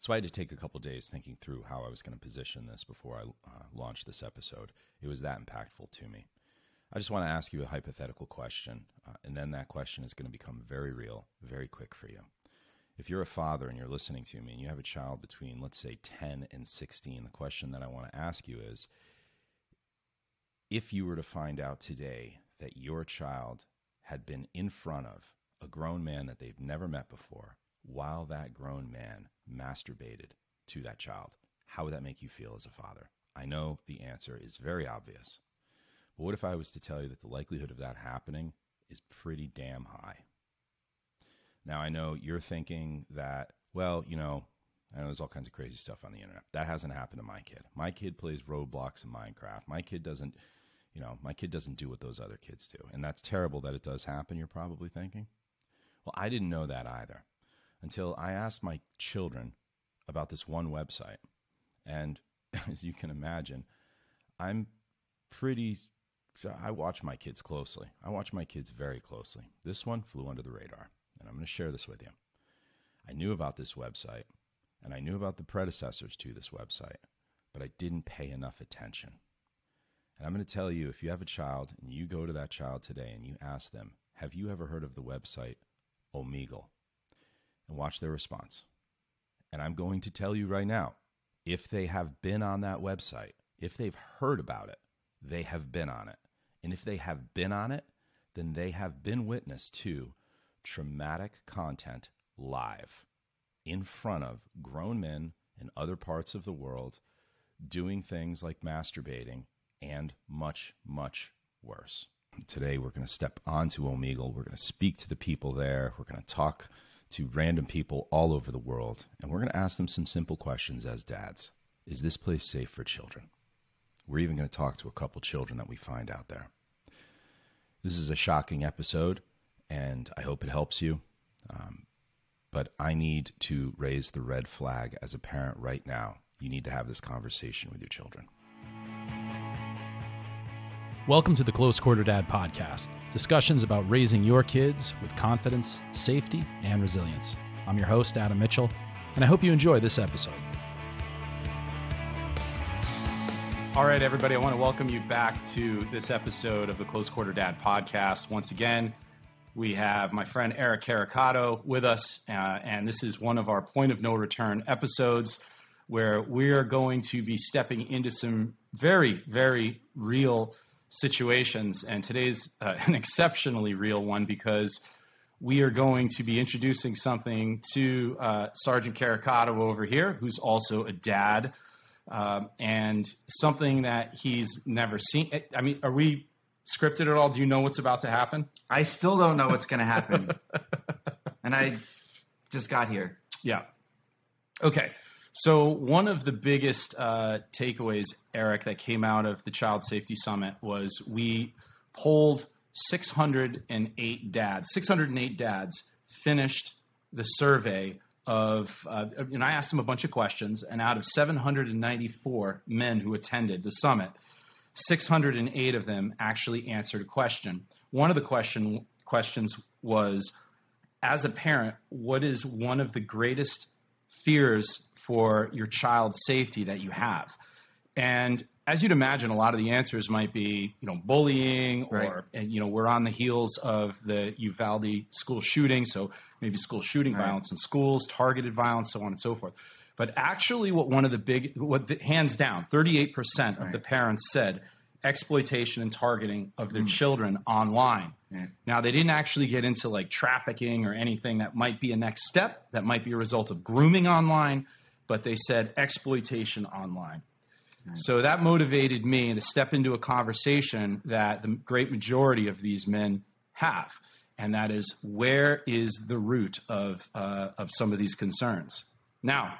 So I had to take a couple days thinking through how I was going to position this before I uh, launched this episode. It was that impactful to me. I just want to ask you a hypothetical question, uh, and then that question is going to become very real, very quick for you. If you're a father and you're listening to me and you have a child between, let's say, 10 and 16, the question that I want to ask you is if you were to find out today that your child had been in front of a grown man that they've never met before while that grown man masturbated to that child, how would that make you feel as a father? I know the answer is very obvious. But what if I was to tell you that the likelihood of that happening is pretty damn high? Now, I know you're thinking that, well, you know, I know there's all kinds of crazy stuff on the internet. That hasn't happened to my kid. My kid plays Roblox and Minecraft. My kid doesn't, you know, my kid doesn't do what those other kids do. And that's terrible that it does happen, you're probably thinking. Well, I didn't know that either until I asked my children about this one website. And as you can imagine, I'm pretty so I watch my kids closely. I watch my kids very closely. This one flew under the radar, and I'm going to share this with you. I knew about this website, and I knew about the predecessors to this website, but I didn't pay enough attention. And I'm going to tell you if you have a child and you go to that child today and you ask them, Have you ever heard of the website Omegle? And watch their response. And I'm going to tell you right now if they have been on that website, if they've heard about it, they have been on it. And if they have been on it, then they have been witness to traumatic content live in front of grown men in other parts of the world doing things like masturbating and much, much worse. Today, we're going to step onto Omegle. We're going to speak to the people there. We're going to talk to random people all over the world. And we're going to ask them some simple questions as dads Is this place safe for children? We're even going to talk to a couple children that we find out there. This is a shocking episode, and I hope it helps you. Um, but I need to raise the red flag as a parent right now. You need to have this conversation with your children. Welcome to the Close Quarter Dad podcast discussions about raising your kids with confidence, safety, and resilience. I'm your host, Adam Mitchell, and I hope you enjoy this episode. All right, everybody, I want to welcome you back to this episode of the Close Quarter Dad podcast. Once again, we have my friend Eric Caricato with us, uh, and this is one of our point of no return episodes where we are going to be stepping into some very, very real situations. And today's uh, an exceptionally real one because we are going to be introducing something to uh, Sergeant Caricato over here, who's also a dad um, and something that he's never seen. I mean, are we scripted at all? Do you know what's about to happen? I still don't know what's going to happen. and I just got here. Yeah. Okay. So, one of the biggest uh, takeaways, Eric, that came out of the Child Safety Summit was we polled 608 dads. 608 dads finished the survey of, uh, and I asked them a bunch of questions, and out of 794 men who attended the summit, 608 of them actually answered a question. One of the question questions was, as a parent, what is one of the greatest fears for your child's safety that you have? And as you'd imagine, a lot of the answers might be, you know, bullying, or Right. and, you know, we're on the heels of the Uvalde school shooting, so maybe school shooting Right. violence in schools, targeted violence, so on and so forth. But actually, what one of the big, what the, hands down, thirty-eight percent of the Right. parents said exploitation and targeting of Hmm. their children online. Now, they didn't actually get into like trafficking or anything that might be a next step, that might be a result of grooming online, but they said exploitation online. So that motivated me to step into a conversation that the great majority of these men have, and that is where is the root of, uh, of some of these concerns? Now,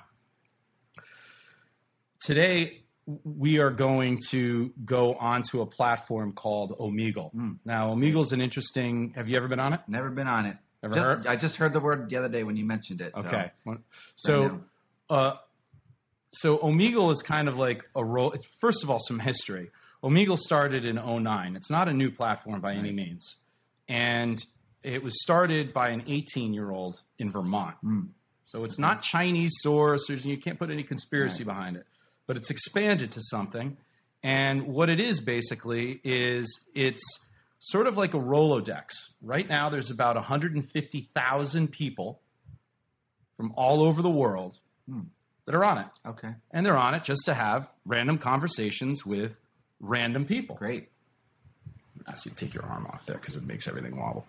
today we are going to go onto a platform called Omegle. Now, Omegle is an interesting. Have you ever been on it? Never been on it. Ever Just- heard? I just heard the word the other day when you mentioned it. so- Okay. I So, know. uh, so Omegle is kind of like a role. First of all, some history. Omegle started in 09. It's not a new platform by any Hmm. means, and it was started by an 18 year old in Vermont. So it's not Chinese source. There's, you can't put any conspiracy behind it, but it's expanded to something. And what it is basically is it's sort of like a Rolodex. Right now, there's about 150,000 people from all over the world Hmm. that are on it. Okay. And they're on it just to have random conversations with random people. Great. I see. Take your arm off there because it makes everything wobble.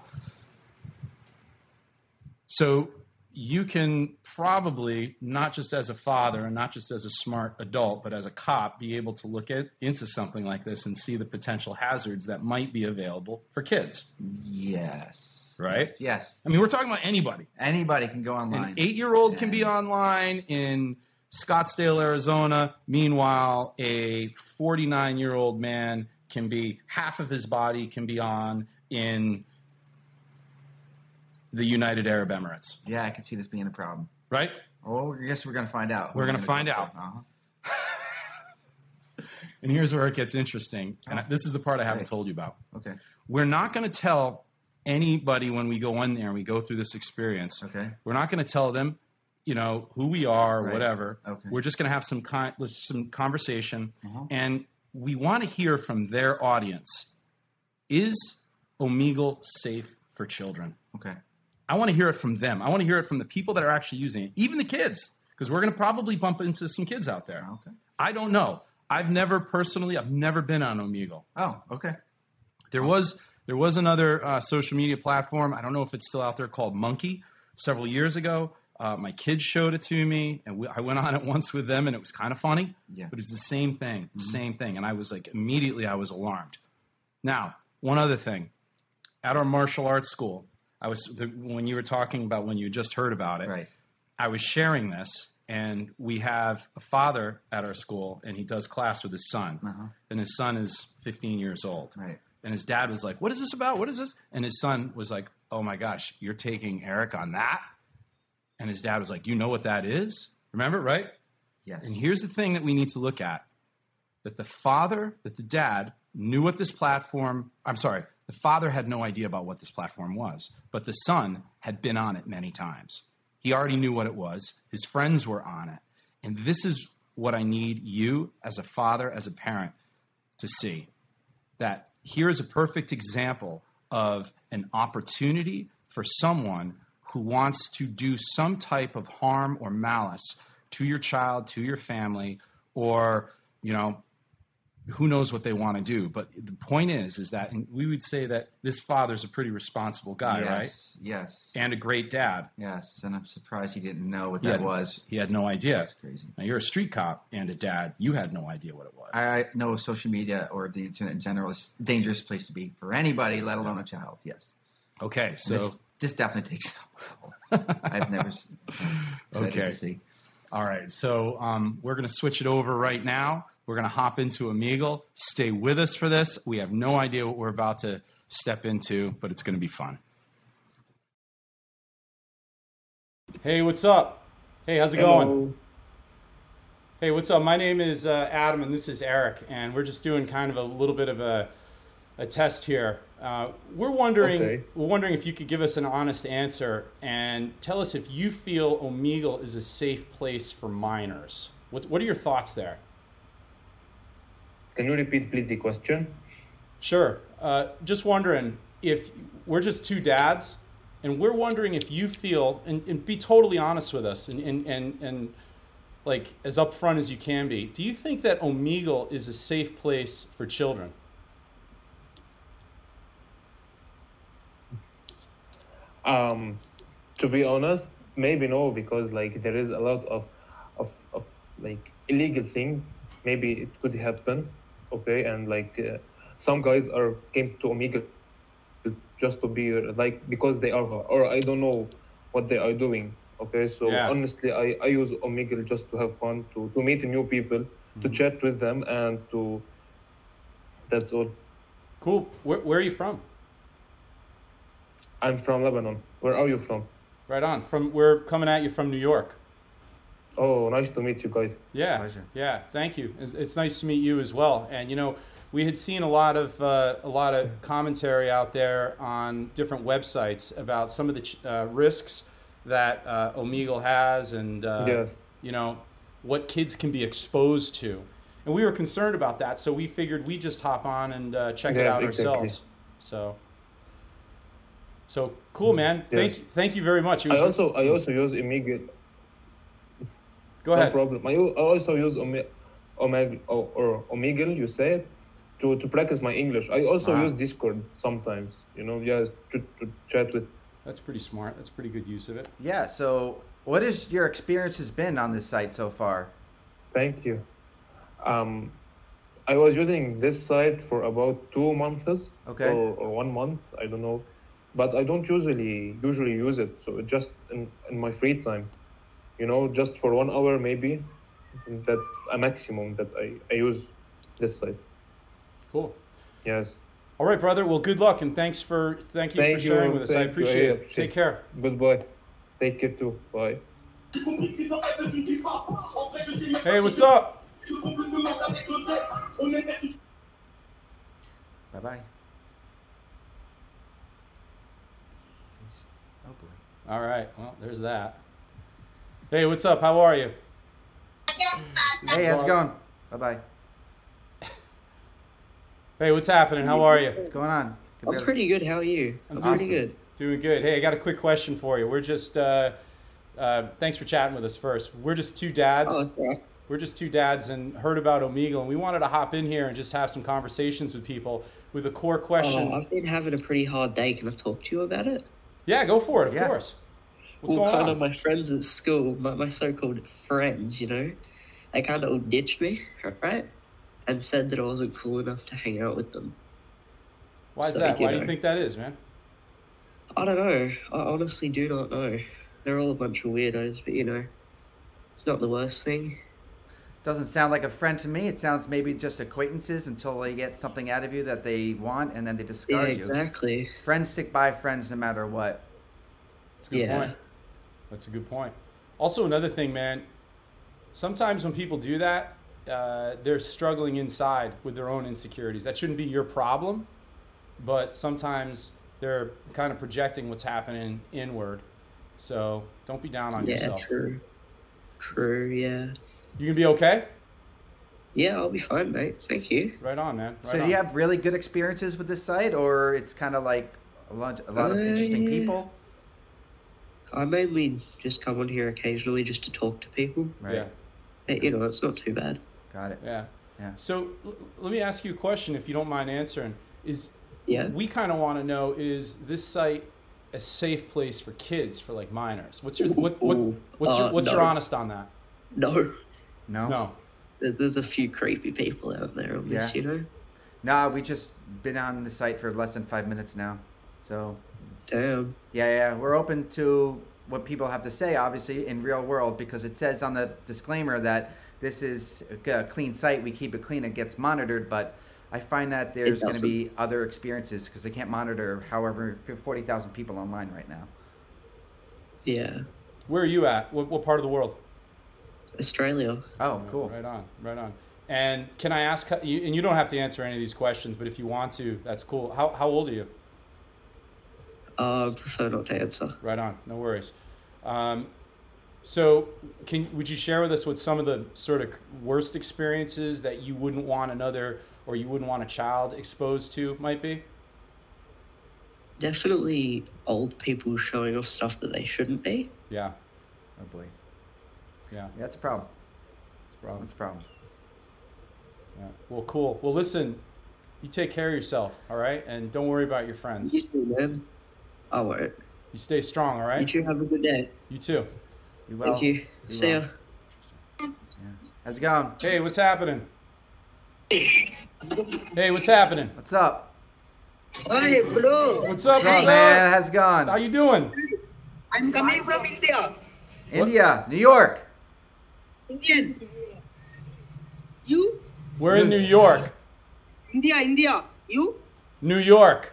So you can probably not just as a father and not just as a smart adult, but as a cop, be able to look at into something like this and see the potential hazards that might be available for kids. Yes. Right? Yes. yes. I mean, we're talking about anybody. Anybody can go online. An eight-year-old can be Yeah. online in Scottsdale, Arizona. Meanwhile, a 49-year-old man can be half of his body can be on in the United Arab Emirates, Yeah, I can see this being a problem. right? Oh, I guess we're gonna find out. We're gonna find go out. for it. Uh-huh. And here's where it gets interesting. And I- this is the part I haven't Right. told you about. Uh-huh. Okay. We're not going to tell anybody when we go in there and we go through this experience. Okay. We're not going to tell them, you know, who we are, or Right. whatever. Okay. We're just going to have some con- some conversation Uh-huh. and we want to hear from their audience is omegle safe for children Okay. i want to hear it from them i want to hear it from the people that are actually using it even the kids because we're going to probably bump into some kids out there Okay. i don't know i've never personally i've never been on omegle Oh, okay. there was there was another uh, social media platform i don't know if it's still out there called monkey several years ago uh, my kids showed it to me and we, i went on it once with them and it was kind of funny Yeah. but it's the same thing, Mm-hmm. same thing. And I was like, immediately, I was alarmed. Now, one other thing at our martial arts school, I was, the, when you were talking about when you just heard about it, Right. I was sharing this, and we have a father at our school, and he does class with his son. Uh-huh. And his son is 15 years old. Right. And his dad was like, What is this about? What is this? And his son was like, Oh my gosh, you're taking Eric on that? And his dad was like, You know what that is? Remember, right? Yes. And here's the thing that we need to look at that the father, that the dad knew what this platform, I'm sorry, the father had no idea about what this platform was, but the son had been on it many times. He already knew what it was, his friends were on it. And this is what I need you as a father, as a parent, to see that here is a perfect example of an opportunity for someone who wants to do some type of harm or malice to your child, to your family, or, you know, who knows what they want to do. But the point is, is that and we would say that this father's a pretty responsible guy, right? yes. Yes. And a great dad. yes. And I'm surprised you didn't know what Yeah. that was. He had no idea. That's crazy. Now, you're a street cop and a dad. You had no idea what it was. I I know social media or the internet in general is a dangerous place to be for anybody, let alone a child. Yes. okay, so. this, this definitely takes. I've never. s- Excited Okay. To see. All right, so um, we're going to switch it over right now. We're going to hop into Amigal. Stay with us for this. We have no idea what we're about to step into, but it's going to be fun. Hey, what's up? Hey, how's it going? Hey, what's up? My name is uh, Adam, and this is Eric, and we're just doing kind of a little bit of a, a test here. Uh, we're wondering Okay. we're wondering if you could give us an honest answer and tell us if you feel Omegle is a safe place for minors. What What are your thoughts there? Can you repeat, please, the question? Sure. Uh, just wondering if we're just two dads, and we're wondering if you feel, and, and be totally honest with us, and, and, and, and like as upfront as you can be, do you think that Omegle is a safe place for children? Um, to be honest, maybe no, because like there is a lot of, of, of like illegal thing. Maybe it could happen, okay. And like uh, some guys are came to Omega just to be uh, like because they are or I don't know what they are doing. Okay, so Yeah. honestly, I, I use Omegle just to have fun, to, to meet new people, to Mm-hmm. chat with them, and to that's all. Cool. Where, where are you from? I'm from Lebanon. Where are you from? Right on. From we're coming at you from New York. Oh, nice to meet you guys. Yeah. Pleasure. Yeah. Thank you. It's, it's nice to meet you as well. And you know, we had seen a lot of uh, a lot of commentary out there on different websites about some of the ch- uh, risks that uh, Omegle has and uh, Yes. you know what kids can be exposed to. And we were concerned about that, so we figured we just hop on and uh, check it Yes, out exactly. ourselves. So, so cool, man. Mm-hmm. Yes. Thank you, thank you very much. It I was- also I also use Omegle. No go ahead. problem. I, u- I also use Ome- Omegle or, or Omegle. You say it, to to practice my English. I also Wow. use Discord sometimes. You know, yeah, to, to chat with. That's pretty smart. That's pretty good use of it. Yeah. So, what has your experience has been on this site so far? Thank you. Um, I was using this site for about two months. Okay. Or, or one month. I don't know, but I don't usually usually use it. So it just in, in my free time, you know, just for one hour maybe. That a maximum that I, I use this site. Cool. Yes. All right, brother. Well, good luck and thanks for thank you Thank for sharing you. with us. Thank I you. I appreciate it. appreciate Take care. Goodbye. Take care too. Bye. Hey, what's up? Bye bye. Oh boy. All right. Well, there's that. Hey, what's up? How are you? Hey, how's it all. going? Bye bye. Hey, what's happening? How are you? What's going on? Could I'm barely- pretty good. How are you? I'm doing pretty good. Doing good. Hey, I got a quick question for you. We're just uh, uh, thanks for chatting with us first. We're just two dads. Oh, that's all right. We're just two dads and heard about Omegle, and we wanted to hop in here and just have some conversations with people with a core question. Uh-huh. Oh, I've been having a pretty hard day. Can I talk to you about it? yeah, go for it. Of Yeah. course. What's well, going kind on? of my friends at school, my, my so-called friends, you know, they kind of all ditched me, right? And said that I wasn't cool enough to hang out with them. Why is So, that? you Why do you know. think that is, man? I don't know. I honestly do not know. They're all a bunch of weirdos, but you know, it's not the worst thing. Doesn't sound like a friend to me. It sounds maybe just acquaintances until they get something out of you that they want, and then they Yeah, discard you. exactly. Friends stick by friends no matter what. That's a good Yeah. point. That's a good point. Also, another thing, man. Sometimes when people do that, uh, they're struggling inside with their own insecurities. That shouldn't be your problem, but sometimes they're kind of projecting what's happening inward. So don't be down on Yeah, yourself. true. True. Yeah. You gonna be okay? Yeah, I'll be fine, mate. Thank you. Right on, man. Right so, do on. you have really good experiences with this site, or it's kind of like a lot, a lot of Uh, interesting yeah. people? I mainly just come on here occasionally just to talk to people. Right. Yeah. But, you know, it's not too bad. Got it. Yeah. Yeah. So l- let me ask you a question, if you don't mind answering. Is Yeah. we kind of want to know is this site a safe place for kids for like minors? What's your what, what Ooh. what's your Uh, what's no. your honest on that? No, No. No. There- there's a few creepy people out there on this, Yeah. you know? Nah, we just been on the site for less than five minutes now. So Damn. yeah, yeah, we're open to what people have to say, obviously in real world, because it says on the disclaimer that this is a clean site. We keep it clean. It gets monitored, but I find that there's going to doesn't. be other experiences because they can't monitor however forty thousand people online right now. Yeah. Where are you at? What, what part of the world? Australia. Oh, cool. Right on. Right on. And can I ask how- you and you don't have to answer any of these questions, but if you want to, that's cool. How how old are you? Uh, I prefer not to answer. Right on. No worries. Um, so, can would you share with us what some of the sort of worst experiences that you wouldn't want another or you wouldn't want a child exposed to might be? Definitely old people showing off stuff that they shouldn't be. Yeah, Oh boy, yeah, yeah, that's a problem. that's a problem. That's a problem. Yeah. Well, cool. Well, listen, you take care of yourself, all right, and don't worry about your friends. You too, man. I won't. You stay strong, all You right. two have a good day. You too. You will. Thank you. you See will. ya. How's it going? Hey, what's happening? Hey, what's happening? What's up? Hey, bro, What's up? What's up, What's man? up? How's it going? How you doing? I'm coming from India, India, New York. Indian. You? We're in New York, India, India. You? New York,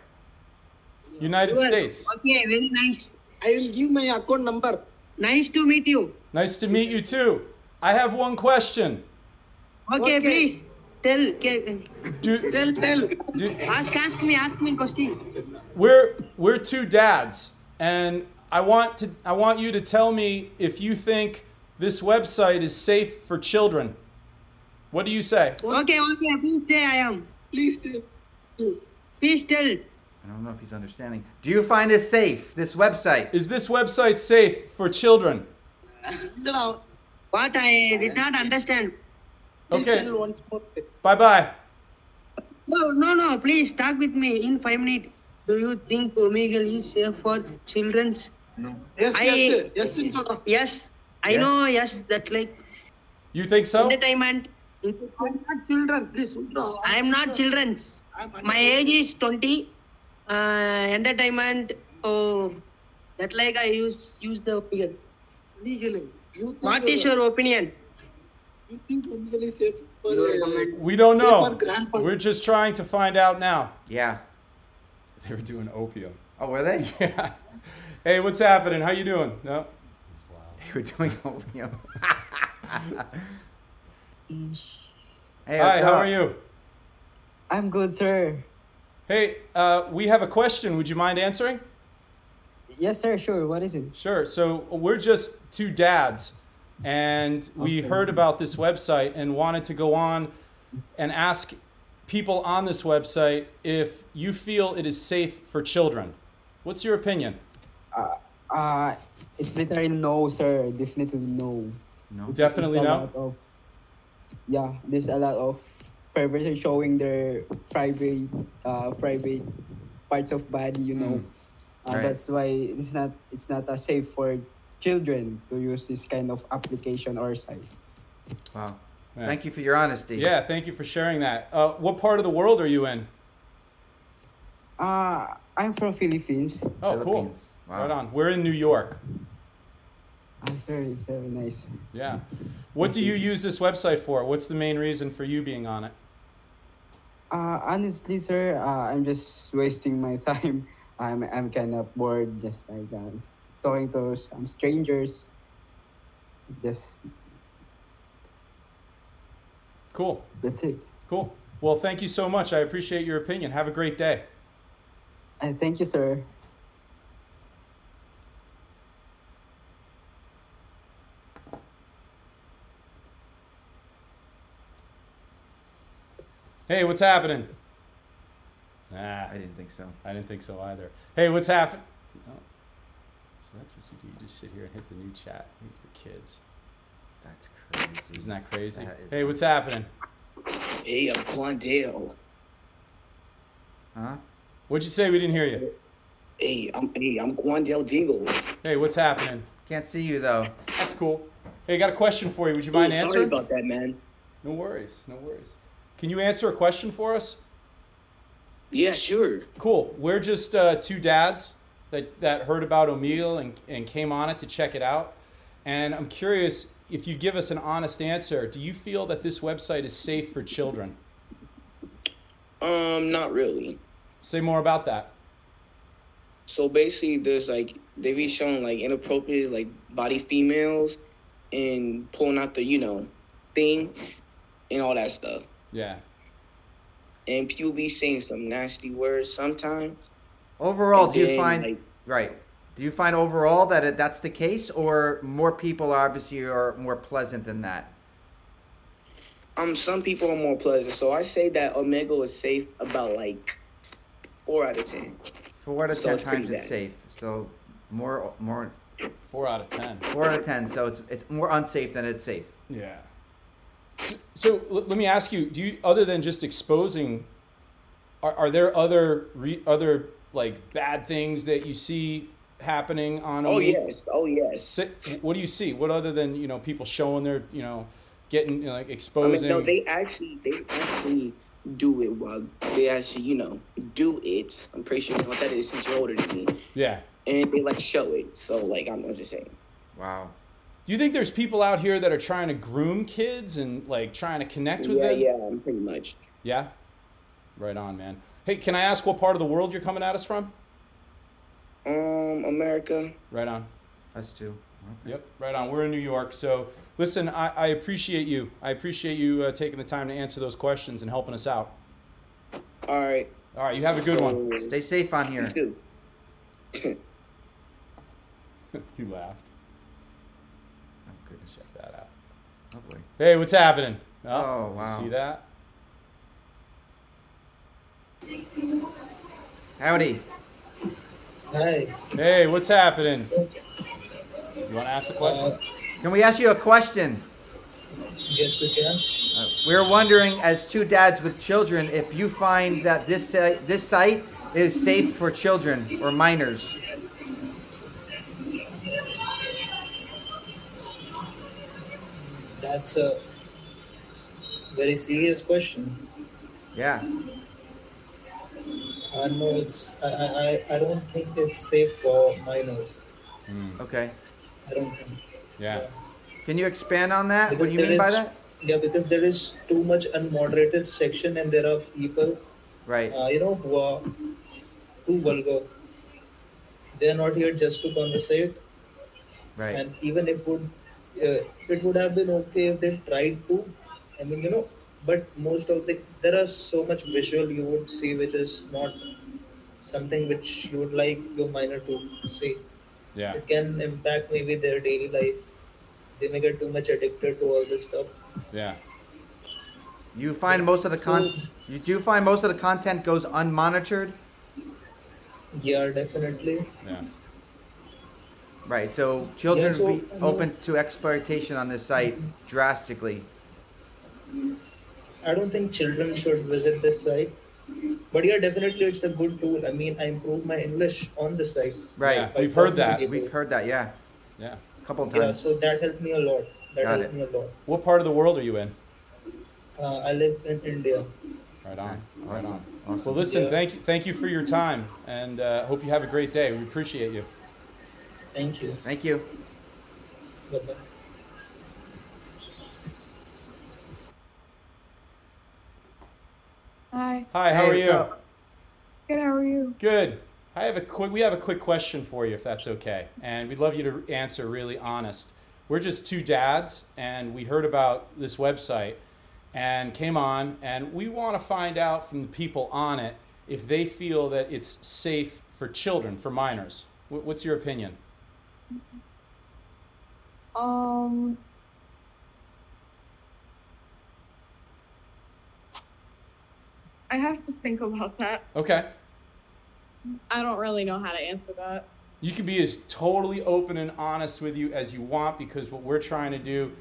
United You are- States. Okay, very nice. I will give my account number. Nice to meet you. Nice to meet you too. I have one question. Okay, please. Tell, okay, Do, tell, tell. do, Ask, ask me, ask me question. we're we're two dads, and I want to I want you to tell me if you think this website is safe for children. What do you say? Okay, okay, please tell I am. Please tell. Please tell. I don't know if he's understanding. Do you find this safe, this website? Is this website safe for children? What I did not understand. Please Okay. tell once more. Bye-bye. No, no, no, please talk with me in five minutes. Do you think Omegle is safe for children's? Yes, I- yes, yes, in sort of. Yes, I know, yes, that like You think so? entertainment. I'm not children, please. Udra, I am not children's. My age is 20. Uh, entertainment, oh, that like I use use the opinion. Legally. You think, What is uh, your opinion? You think legally safe for Your uh, comment. We don't Safe know. for grandpa. We're just trying to find out now. Yeah. They were doing opium. Oh, were they? Yeah. Hey, what's happening? How you doing? No. They were doing opium. hey, Hi, what's how up? are you? I'm good, sir. Hey, uh, we have a question. Would you mind answering? Yes, sir. Sure. What is it? Sure. So we're just two dads, and we heard about this website and wanted to go on and ask people on this website if you feel it is safe for children. What's your opinion? Uh, it's literally no, sir. Definitely no. Definitely There's a no. lot of- yeah, there's a lot of perversion showing their private, uh, private parts of body. You know, uh, right. that's why it's not it's not uh, safe for children to use this kind of application or site. Wow. Yeah. Thank you for your honesty. Yeah, thank you for sharing that. Uh, what part of the world are you in? Uh, I'm from Philippines. Oh, cool. Philippines. Wow. Right on. We're in New York. Uh, sir, it's very nice. Yeah. What do you use this website for? What's the main reason for you being on it? Uh, honestly, sir, uh, I'm just wasting my time. I'm I'm kind of bored, just like uh, talking to some strangers. Just Cool. that's it. Cool. Well, thank you so much. I appreciate your opinion. Have a great day. I thank you, sir. Hey, what's happening? Nah, I didn't think so. I didn't think so either. Hey, what's happening? No. So that's what you do. You just sit here and hit the new chat Hit for kids. That's crazy. Isn't that crazy? That is- hey, what's happening? Hey, I'm Quandale. Huh? What'd you say? We didn't hear you. Hey, I'm hey, I'm Quandale Dingle. Hey, what's happening? Can't see you though. That's cool. Hey, I got a question for you. Would you mind Ooh, Sorry answering? about that, man. No worries. No worries. Can you answer a question for us? Yeah, sure. Cool. We're just uh, two dads that, that heard about O'Meal and, and came on it to check it out. And I'm curious if you give us an honest answer, do you feel that this website is safe for children? Um, not really. Say more about that. So basically, there's like they be showing like inappropriate like body females and pulling out the you know thing and all that stuff. Yeah. And people be saying some nasty words sometimes. Overall, And do you then, find like- right? Do you find overall that it, that's the case, or more people are obviously are more pleasant than that? Um, some people are more pleasant. So I say that Omega is safe about like four out of ten. Four out of So ten it's pretty times it's bad. safe. So more, more, Four out of 10. four out of ten. So it's it's more unsafe than it's safe. Yeah. So, so l- let me ask you: Do you, other than just exposing, are, are there other re, other like bad things that you see happening on? Oh Omegle? yes, oh yes. Si- What do you see? What other than you know people showing their you know getting you know, like I exposing? mean, no, they actually, they actually do it while they actually, you know, do it. I'm pretty sure you know what that is since you're older than me, yeah. and they like show it. So like, I'm I'm just saying. Wow. Do you think there's people out here that are trying to groom kids and like trying to connect with Yeah, them? yeah, I'm pretty much. Yeah. Right on, man. Hey, can I ask what part of the world you're coming at us from? Um, America. Right on. Us too. Yep, right on. We're in New York. So listen, I, I appreciate you. I appreciate you uh, taking the time to answer those questions and helping us out. All right. All right, you have a good one. so- Stay safe on here. You too. he laughed. Oh, goodness. Check that out. Oh, boy. Hey, what's happening? Oh, you wow. See that? Howdy. Hey, Hey, what's happening? You want to ask a question? Can we ask you a question? yes again. Uh, we're wondering, as two dads with children, if you find that this si- this site is safe for children or minors. That's a very serious question. Yeah. I know it's. I, I, I- I don't think it's safe for minors. Okay. I don't think. yeah. Can you expand on that? What do you Because mean by there is- that? Yeah, because there is too much unmoderated section, and there are people, Right. uh, you know, who are too vulgar. They are not here just to conversate, Right. and even if would, uh, it would have been okay if they tried to. I mean, you know, but most of the there are so much visual you would see which is not something which you would like your minor to see. Yeah. It can impact maybe their daily life. They may get too much addicted to all this stuff. Yeah. You find most of the con. You do find most of the content goes unmonitored. Yeah, definitely. Yeah. Right. So children Yeah, so- would be open to exploitation on this site drastically. I don't think children should visit this site. But yeah, definitely it's a good tool. I mean, I improved my English on the site. Right. Yeah. We've heard that. We've heard that. Yeah. Yeah. A couple of Yeah, times. so that helped me a lot. That Got helped it. me a lot. What part of the world are you in? Uh, I live in India. Right on. Right Awesome. on. Awesome. Well, listen. Yeah. Thank you. Thank you for your time, and uh, hope you have a great day. We appreciate you. Thank you. Thank you. Bye-bye. Hi. Hi. How Hey, are what's you? up? Good, how are you? Good. I have a quick. We have a quick question for you, if that's okay, and we'd love you to answer really honest. We're just two dads, and we heard about this website, and came on, and we want to find out from the people on it if they feel that it's safe for children, for minors. Wh- What's your opinion? Um. I have to think about that. Okay. I don't really know how to answer that. You can be as totally open and honest with you as you want because what we're trying to do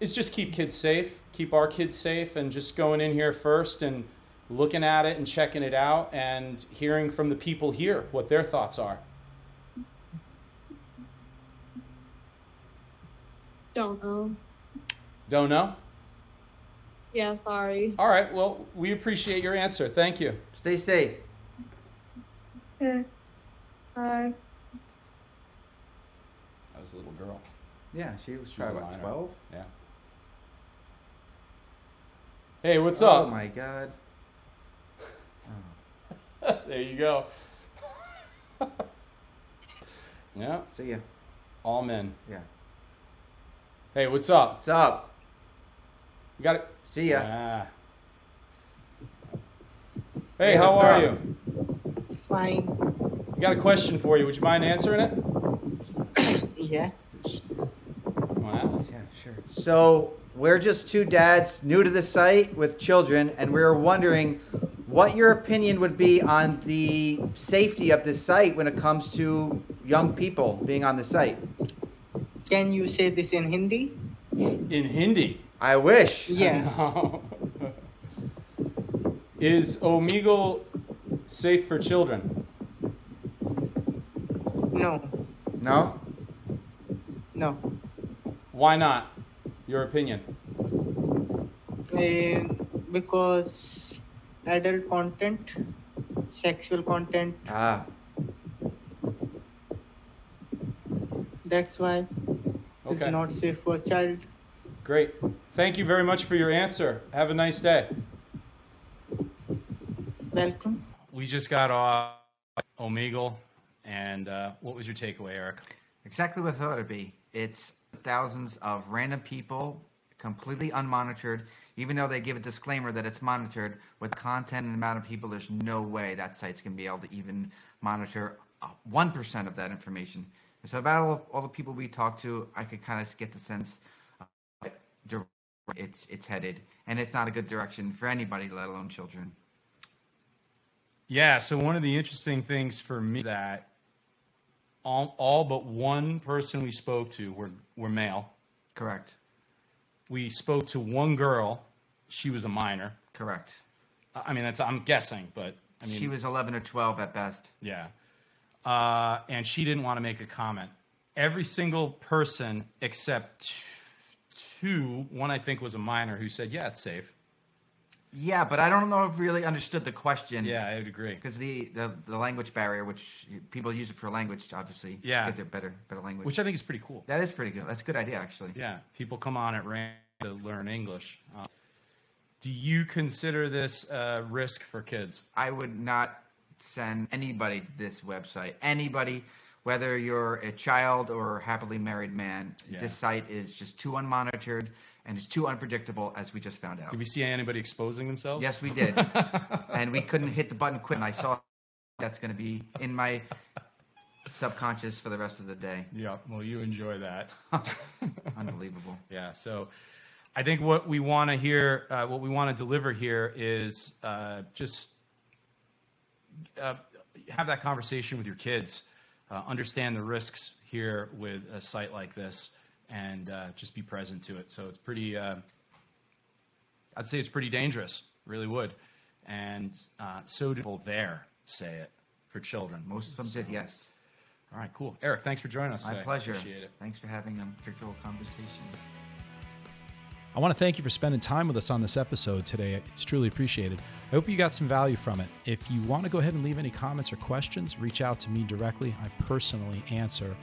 is just keep kids safe, keep our kids safe, and just going in here first and looking at it and checking it out and hearing from the people here what their thoughts are. Don't know. Don't know? Yeah, sorry. All right, well, we appreciate your answer. Thank you. Stay safe. Okay. Bye. That was a little girl. Yeah. She She was was probably a about minor. twelve. Yeah. Hey, what's Oh up? my God. there you go. yeah, See ya. all men. Yeah. Hey, what's up? What's up? We got it. See ya. Ah. Hey, how what's are up? you? Fine. We got a question for you. Would you mind answering it? You Yeah. want to ask? Yeah, sure. So we're just two dads new to the site with children, and we were wondering what your opinion would be on the safety of this site when it comes to young people being on the site. Can you say this in Hindi? In Hindi. I wish. Yeah. No. Is Omegle safe for children? No. No? No. Why not? Your opinion. Eh, because adult content, sexual content. Ah, That's why it's Okay. not safe for child. Great. Thank you very much for your answer. Have a nice day. Welcome. We just got off Omegle, and uh, what was your takeaway, Eric? exactly what I thought it'd be. It's thousands of random people, completely unmonitored, even though they give a disclaimer that it's monitored. With content and the amount of people, there's no way that site's going to be able to even monitor uh, 1% of that information. And so about all, all the people we talked to, I could kind of get the sense of dir- it's it's headed, and it's not a good direction for anybody, let alone children. Yeah. So one of the interesting things for me is that all, all but one person we spoke to were were male. Correct. We spoke to one girl. She was a minor. Correct. I I mean, that's I'm guessing, but I mean, she was eleven or twelve at best. Yeah. Uh, and she didn't want to make a comment. Every single person except t- two, one I think was a minor, who said, "Yeah, it's safe." Yeah, but I don't know if really understood the question. Yeah, I would agree. Because the, the, the language barrier, which people use it for language, obviously. Yeah. Get their better better language. Which I think is pretty cool. That is pretty good. That's a good idea, actually. Yeah, people come on at random to learn English. Uh, do you consider this a risk for kids? I would not send anybody to this website. Anybody, whether you're a child or a happily married man, Yeah. this site is just too unmonitored and it's too unpredictable, as we just found out. Did we see anybody exposing themselves? Yes, we did. and we couldn't hit the button quick. And I saw that's going to be in my subconscious for the rest of the day. Yeah, well, you enjoy that. Unbelievable. Yeah, so I think what we want to hear, uh, what we want to deliver here is uh, just uh, have that conversation with your kids, uh, understand the risks here with a site like this, and uh, just be present to it. So it's pretty, uh, I'd say it's pretty dangerous, really would. And uh, so did people there say it for children. Most of them did, yes. All right, cool. Eric, thanks for joining us. My today. pleasure. Appreciate it. Thanks for having a predictable conversation. I want to thank you for spending time with us on this episode today. It's truly appreciated. I hope you got some value from it. If you want to go ahead and leave any comments or questions, reach out to me directly. I personally answer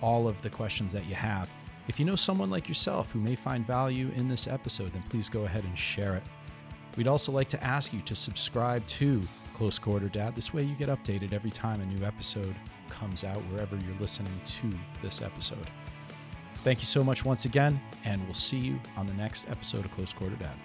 all of the questions that you have. If you know someone like yourself who may find value in this episode, then please go ahead and share it. We'd also like to ask you to subscribe to Close Quarter Dad. This way you get updated every time a new episode comes out, wherever you're listening to this episode. Thank you so much once again, and we'll see you on the next episode of Close Quarter Dad.